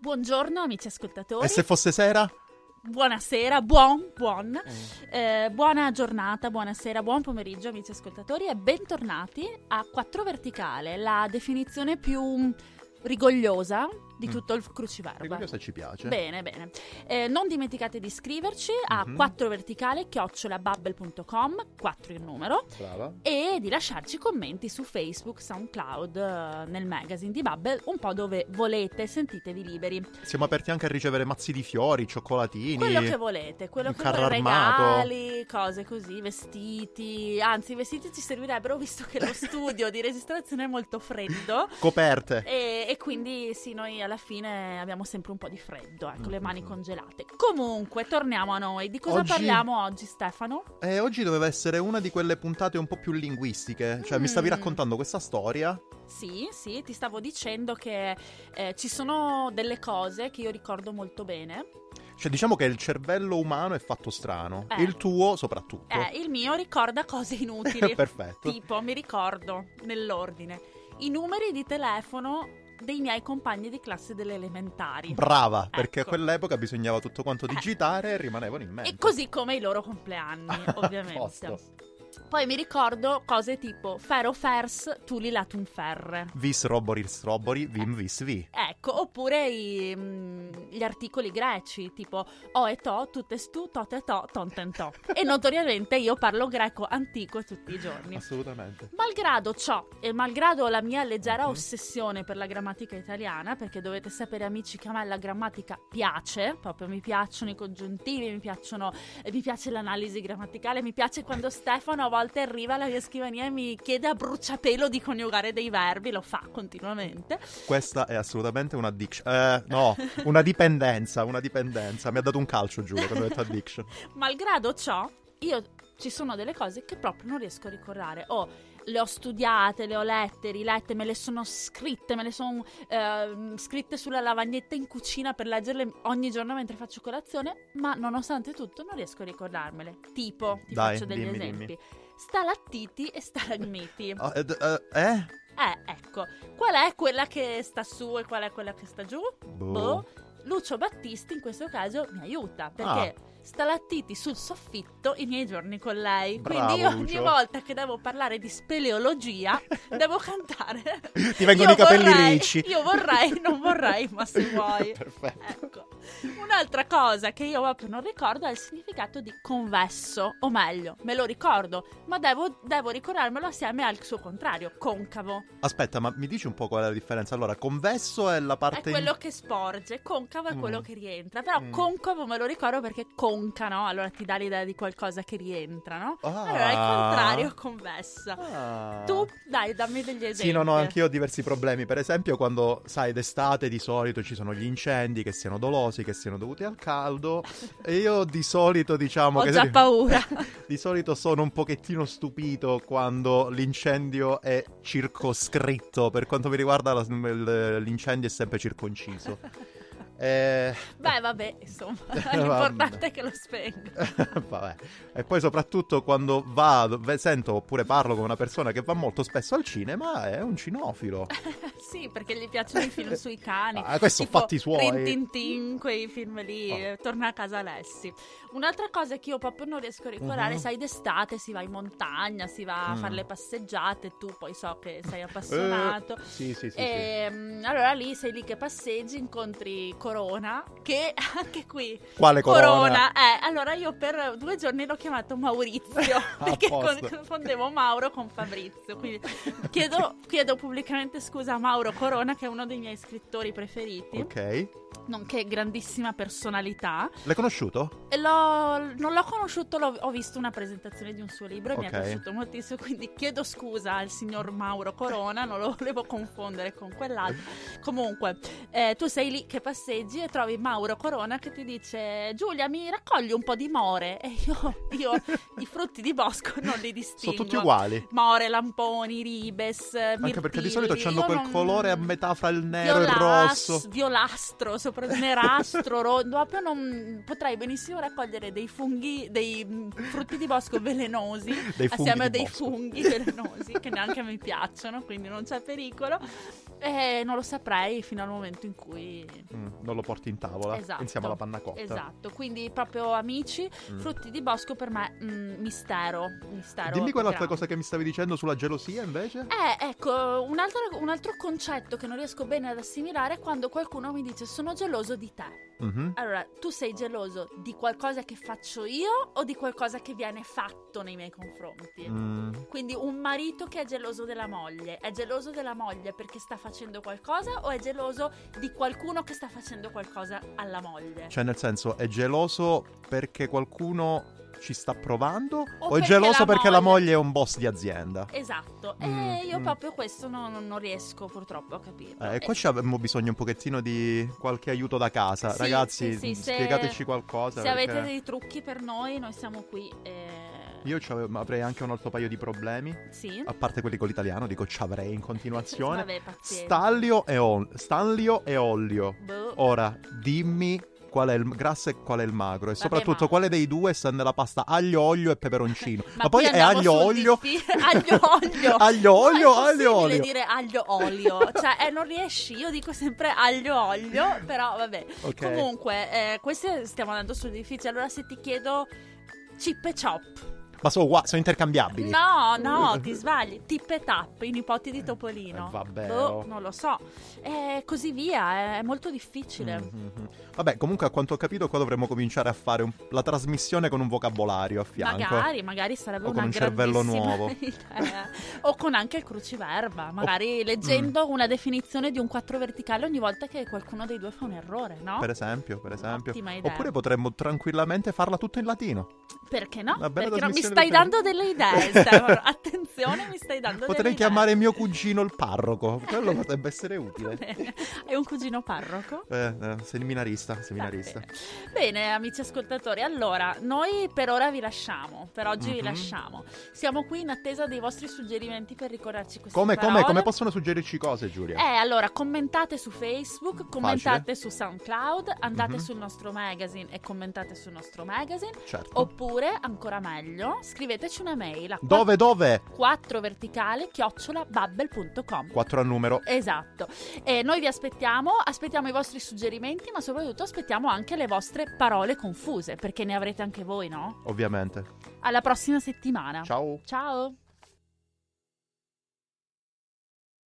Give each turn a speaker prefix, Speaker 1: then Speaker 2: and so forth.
Speaker 1: Buongiorno amici ascoltatori.
Speaker 2: E se fosse sera?
Speaker 1: Eh, Buonasera, buon, buon. Eh, buona giornata, buonasera, buon pomeriggio amici ascoltatori e bentornati a 4 Verticale, la definizione più rigogliosa di
Speaker 2: Mm.
Speaker 1: tutto il cruciverba.
Speaker 2: Rigogliosa ci piace.
Speaker 1: Bene, bene. Eh, non dimenticate di iscriverci a
Speaker 2: Mhm.
Speaker 1: 4verticale chiocciolabubble.com, 4 il numero,
Speaker 2: Brava.
Speaker 1: e di lasciarci commenti su Facebook, SoundCloud, eh, nel magazine di Bubble, un po' dove volete, sentitevi liberi.
Speaker 2: Siamo aperti anche a ricevere mazzi di fiori, cioccolatini.
Speaker 1: Quello che volete, quello
Speaker 2: un
Speaker 1: che
Speaker 2: carro
Speaker 1: volete,
Speaker 2: armato.
Speaker 1: regali, cose così, vestiti, anzi i vestiti ci servirebbero visto che lo studio di registrazione è molto freddo.
Speaker 2: Coperte.
Speaker 1: E, e quindi sì, noi alla fine abbiamo sempre un po' di freddo, ecco, le mani
Speaker 2: Mhm.
Speaker 1: congelate. Comunque, torniamo a noi. Di cosa
Speaker 2: Oggi-
Speaker 1: parliamo oggi, Stefano?
Speaker 2: E Eh, oggi doveva essere una di quelle puntate un po' più linguistiche. Cioè, mi stavi
Speaker 1: Mm.
Speaker 2: raccontando questa storia.
Speaker 1: Sì, sì, ti stavo dicendo che eh, ci sono delle cose che io ricordo molto bene.
Speaker 2: Cioè, diciamo che il cervello umano è fatto strano.
Speaker 1: Eh.
Speaker 2: Il tuo, soprattutto.
Speaker 1: Eh, il mio ricorda cose inutili.
Speaker 2: Perfetto.
Speaker 1: tipo, mi ricordo, nell'ordine, i numeri di telefono dei miei compagni di classe delle elementari.
Speaker 2: Brava, perché a
Speaker 1: Ecco.
Speaker 2: quell'epoca bisognava tutto quanto
Speaker 1: Eh.
Speaker 2: digitare e rimanevano in mente.
Speaker 1: E così come i loro compleanni, ovviamente.
Speaker 2: Posto.
Speaker 1: Poi mi ricordo cose tipo Fero Fers, Tuli Latum Ferre.
Speaker 2: Vis roboris robori, vim vis vi.
Speaker 1: Ecco, oppure i, mm, gli articoli greci, tipo o e to, tuttes tu, tote to, tonten to. e notoriamente io parlo greco antico tutti i giorni.
Speaker 2: Assolutamente.
Speaker 1: Malgrado ciò e malgrado la mia leggera
Speaker 2: Mhm.
Speaker 1: ossessione per la grammatica italiana, perché dovete sapere amici che a me la grammatica piace, proprio mi piacciono i congiuntivi, mi, piacciono, eh, mi piace l'analisi grammaticale, mi piace quando Stefano a volte arriva alla mia scrivania e mi chiede a bruciapelo di coniugare dei verbi, lo fa continuamente.
Speaker 2: Questa è assolutamente una addiction. Eh, no, una dipendenza, una dipendenza. Mi ha dato un calcio, giuro, quando ho detto addiction.
Speaker 1: Malgrado ciò, io ci sono delle cose che proprio non riesco a ricordare. O le ho studiate, le ho lette, rilette, me le sono scritte, me le sono ehm, scritte sulla lavagnetta in cucina per leggerle ogni giorno mentre faccio colazione, ma nonostante tutto non riesco a ricordarmele. Tipo, ti
Speaker 2: Dai,
Speaker 1: faccio degli
Speaker 2: dimmi,
Speaker 1: esempi. Stalattiti e stalagmiti.
Speaker 2: Ah, ed- eh? eh?
Speaker 1: Eh, ecco. Qual è quella che sta su e qual è quella che sta giù?
Speaker 2: Boh.
Speaker 1: Boh. Lucio Battisti in questo caso mi aiuta perché
Speaker 2: Ah.
Speaker 1: stalattiti sul soffitto i miei giorni con lei.
Speaker 2: Bravo,
Speaker 1: Quindi io ogni
Speaker 2: Lucio.
Speaker 1: volta che devo parlare di speleologia devo cantare.
Speaker 2: Ti vengono
Speaker 1: Io
Speaker 2: i capelli
Speaker 1: vorrei-
Speaker 2: ricci.
Speaker 1: Io vorrei, non vorrei, ma se vuoi.
Speaker 2: Perfetto.
Speaker 1: Ecco. Un'altra cosa che io proprio non ricordo è il significato di convesso, o meglio, me lo ricordo, ma devo, devo ricordarmelo assieme al suo contrario, concavo.
Speaker 2: Aspetta, ma mi dici un po' qual è la differenza? Allora, convesso è la parte.
Speaker 1: È quello che sporge, concavo è
Speaker 2: Mm.
Speaker 1: quello che rientra. Però
Speaker 2: Mm.
Speaker 1: concavo me lo ricordo perché conca, no? Allora ti dà l'idea di qualcosa che rientra, no?
Speaker 2: in- Ah.
Speaker 1: Allora, al contrario, convessa.
Speaker 2: Ah.
Speaker 1: Tu, dai, dammi degli esempi.
Speaker 2: Sì, no, no, anch'io ho diversi problemi. Per esempio, quando sai, d'estate di solito ci sono gli incendi che siano dolosi, che siano dovuti al caldo. e io di solito, diciamo.
Speaker 1: Ho
Speaker 2: che
Speaker 1: già paura.
Speaker 2: Di solito sono un pochettino stupito quando l'incendio è circoscritto. Per quanto mi riguarda, la- il- l'incendio è sempre circonciso. Eh,
Speaker 1: Beh, vabbè, insomma,
Speaker 2: Vabbè.
Speaker 1: l'importante è che lo spenga.
Speaker 2: Vabbè. E poi soprattutto quando vado, ve- sento oppure parlo con una persona che va molto spesso al cinema, è un cinofilo.
Speaker 1: sì, perché gli piacciono i film sui cani.
Speaker 2: Ah, questo
Speaker 1: tipo
Speaker 2: fatti suoi.
Speaker 1: Rin Tin Tin, quei film lì,
Speaker 2: Ah.
Speaker 1: eh, torna a casa Alessi. Un'altra cosa che io proprio non riesco a ricordare,
Speaker 2: Mhm.
Speaker 1: sai, d'estate si va in montagna, si va a
Speaker 2: Mm.
Speaker 1: fare le passeggiate, tu poi so che sei
Speaker 2: Eh,
Speaker 1: appassionato.
Speaker 2: sì, sì, sì, sì.
Speaker 1: E mm, allora lì sei lì che passeggi, incontri Corona, che anche qui
Speaker 2: Quale corona?
Speaker 1: eh, allora io per due giorni l'ho chiamato Maurizio
Speaker 2: Ah,
Speaker 1: perché con-
Speaker 2: posto.
Speaker 1: confondevo Mauro con Fabrizio. Quindi chiedo, chiedo pubblicamente scusa a Mauro Corona, che è uno dei miei scrittori preferiti,
Speaker 2: Ok.
Speaker 1: nonché grandissima personalità.
Speaker 2: L'hai conosciuto?
Speaker 1: E l'ho- non l'ho conosciuto, l'ho- ho visto una presentazione di un suo libro e mi è
Speaker 2: Ok.
Speaker 1: piaciuto moltissimo. Quindi chiedo scusa al signor Mauro Corona, non lo volevo confondere con quell'altro. Comunque, eh, tu sei lì che passeggi e trovi Mauro Corona che ti dice: Giulia, mi raccogli un po' di more. E io, io i frutti di bosco non li distingo.
Speaker 2: Sono tutti uguali.
Speaker 1: More, lamponi, ribes,
Speaker 2: Anche perché di solito
Speaker 1: hanno
Speaker 2: hanno quel colore a metà fra il nero e il
Speaker 1: Violas-
Speaker 2: rosso.
Speaker 1: Violastro, sopra nerastro, ro- proprio non potrei benissimo raccogliere dei funghi, dei mm, frutti di bosco velenosi
Speaker 2: Dei funghi
Speaker 1: assieme a
Speaker 2: di
Speaker 1: dei
Speaker 2: bosco.
Speaker 1: funghi velenosi che neanche mi piacciono, quindi non c'è pericolo. E non lo saprei fino al momento in cui
Speaker 2: Mm. non lo porti in tavola
Speaker 1: Esatto.
Speaker 2: insieme alla panna cotta.
Speaker 1: Esatto, quindi proprio amici,
Speaker 2: Certo. Mm.
Speaker 1: frutti di bosco per me, mm, mistero, mistero.
Speaker 2: Dimmi quell'altra
Speaker 1: grande.
Speaker 2: cosa che mi stavi dicendo sulla gelosia invece.
Speaker 1: Eh, ecco, un altro, un altro concetto che non riesco bene ad assimilare è quando qualcuno mi dice sono geloso di te.
Speaker 2: Mhm.
Speaker 1: Allora, tu sei geloso di qualcosa che faccio io o di qualcosa che viene fatto nei miei confronti?
Speaker 2: Mm.
Speaker 1: Quindi un marito che è geloso della moglie, è geloso della moglie perché sta facendo qualcosa o è geloso di qualcuno che sta facendo qualcosa alla moglie?
Speaker 2: Cioè, nel senso, è geloso perché qualcuno ci sta provando o, è
Speaker 1: perché
Speaker 2: geloso
Speaker 1: la
Speaker 2: perché la moglie
Speaker 1: moglie
Speaker 2: è un boss di azienda?
Speaker 1: Esatto,
Speaker 2: Mm,
Speaker 1: e io
Speaker 2: mm.
Speaker 1: proprio questo non, non riesco purtroppo a capirlo.
Speaker 2: Eh, e
Speaker 1: E-
Speaker 2: qua ci avremmo bisogno un pochettino di qualche aiuto da casa.
Speaker 1: Sì,
Speaker 2: Ragazzi,
Speaker 1: sì, sì, se-
Speaker 2: spiegateci qualcosa.
Speaker 1: Se avete
Speaker 2: perché
Speaker 1: dei trucchi per noi, noi siamo qui. eh,
Speaker 2: Io c'ave- ma avrei anche un altro paio di problemi.
Speaker 1: Sì.
Speaker 2: A parte quelli con l'italiano, dico ci avrei in continuazione.
Speaker 1: Vabbè, pazienza.
Speaker 2: Stallio e, ol- Stanlio e Ollio.
Speaker 1: Boh.
Speaker 2: Ora, dimmi qual è il grasso e qual è il magro. E soprattutto
Speaker 1: ma-
Speaker 2: quale dei due sta nella pasta aglio, olio e peperoncino. ma,
Speaker 1: Ma
Speaker 2: poi
Speaker 1: qui
Speaker 2: è
Speaker 1: andiamo
Speaker 2: aglio,
Speaker 1: sul
Speaker 2: olio.
Speaker 1: diffi- aglio, olio.
Speaker 2: aglio,
Speaker 1: No,
Speaker 2: olio,
Speaker 1: è
Speaker 2: aglio,
Speaker 1: impossibile
Speaker 2: olio.
Speaker 1: dire aglio olio, cioè eh, non riesci, io dico sempre aglio olio, però vabbè.
Speaker 2: Ok.
Speaker 1: Comunque, eh, queste stiamo andando sul difficile, allora se ti chiedo chip e chop.
Speaker 2: Ma sono uguali, sono intercambiabili.
Speaker 1: No, no, ti sbagli, tip e tap, i nipoti di Topolino.
Speaker 2: Eh, vabbè,
Speaker 1: Boh,
Speaker 2: oh.
Speaker 1: non lo so. E così via, eh, è molto difficile.
Speaker 2: Mhm, mhm. Vabbè, comunque a quanto ho capito qua dovremmo cominciare a fare un- la trasmissione con un vocabolario a fianco.
Speaker 1: Magari, magari sarebbe
Speaker 2: O con
Speaker 1: una
Speaker 2: un cervello
Speaker 1: grandissima
Speaker 2: nuovo.
Speaker 1: idea. o con anche il cruciverba,
Speaker 2: mm.
Speaker 1: magari leggendo una definizione di un quattro verticale ogni volta che qualcuno dei due fa un errore, no?
Speaker 2: Per esempio, per esempio.
Speaker 1: Ottima idea.
Speaker 2: Oppure potremmo tranquillamente farla tutto in latino.
Speaker 1: Perché no?
Speaker 2: Una bella
Speaker 1: Perché no? Mi
Speaker 2: trasmissione
Speaker 1: stai
Speaker 2: del
Speaker 1: dando
Speaker 2: genere.
Speaker 1: delle idee, Stefano. Attenzione, mi stai dando
Speaker 2: Potrei
Speaker 1: Esatto, delle
Speaker 2: chiamare
Speaker 1: idee.
Speaker 2: mio cugino il parroco. Quello potrebbe essere utile.
Speaker 1: Bene. Hai un cugino parroco?
Speaker 2: Eh, eh, seminarista, seminarista.
Speaker 1: Va Bene. Bene, amici ascoltatori, allora noi per ora vi lasciamo, per oggi vi
Speaker 2: Mhm.
Speaker 1: lasciamo. Siamo qui in attesa dei vostri suggerimenti per ricordarci queste
Speaker 2: Come, come,
Speaker 1: parole.
Speaker 2: come possono suggerirci cose, Giulia?
Speaker 1: Eh, allora, commentate su Facebook, commentate su SoundCloud, andate
Speaker 2: Mhm.
Speaker 1: sul nostro magazine e commentate sul nostro magazine.
Speaker 2: certo.
Speaker 1: Oppure, ancora meglio, scriveteci una mail a
Speaker 2: Dove, dove?
Speaker 1: 4 verticale chiocciolabubble.com.
Speaker 2: Quattro a numero.
Speaker 1: Esatto, e noi vi aspettiamo, aspettiamo i vostri suggerimenti, ma soprattutto aspettiamo anche le vostre parole confuse, perché ne avrete anche voi, no?
Speaker 2: Ovviamente.
Speaker 1: Alla prossima settimana.
Speaker 2: Ciao.
Speaker 1: Ciao.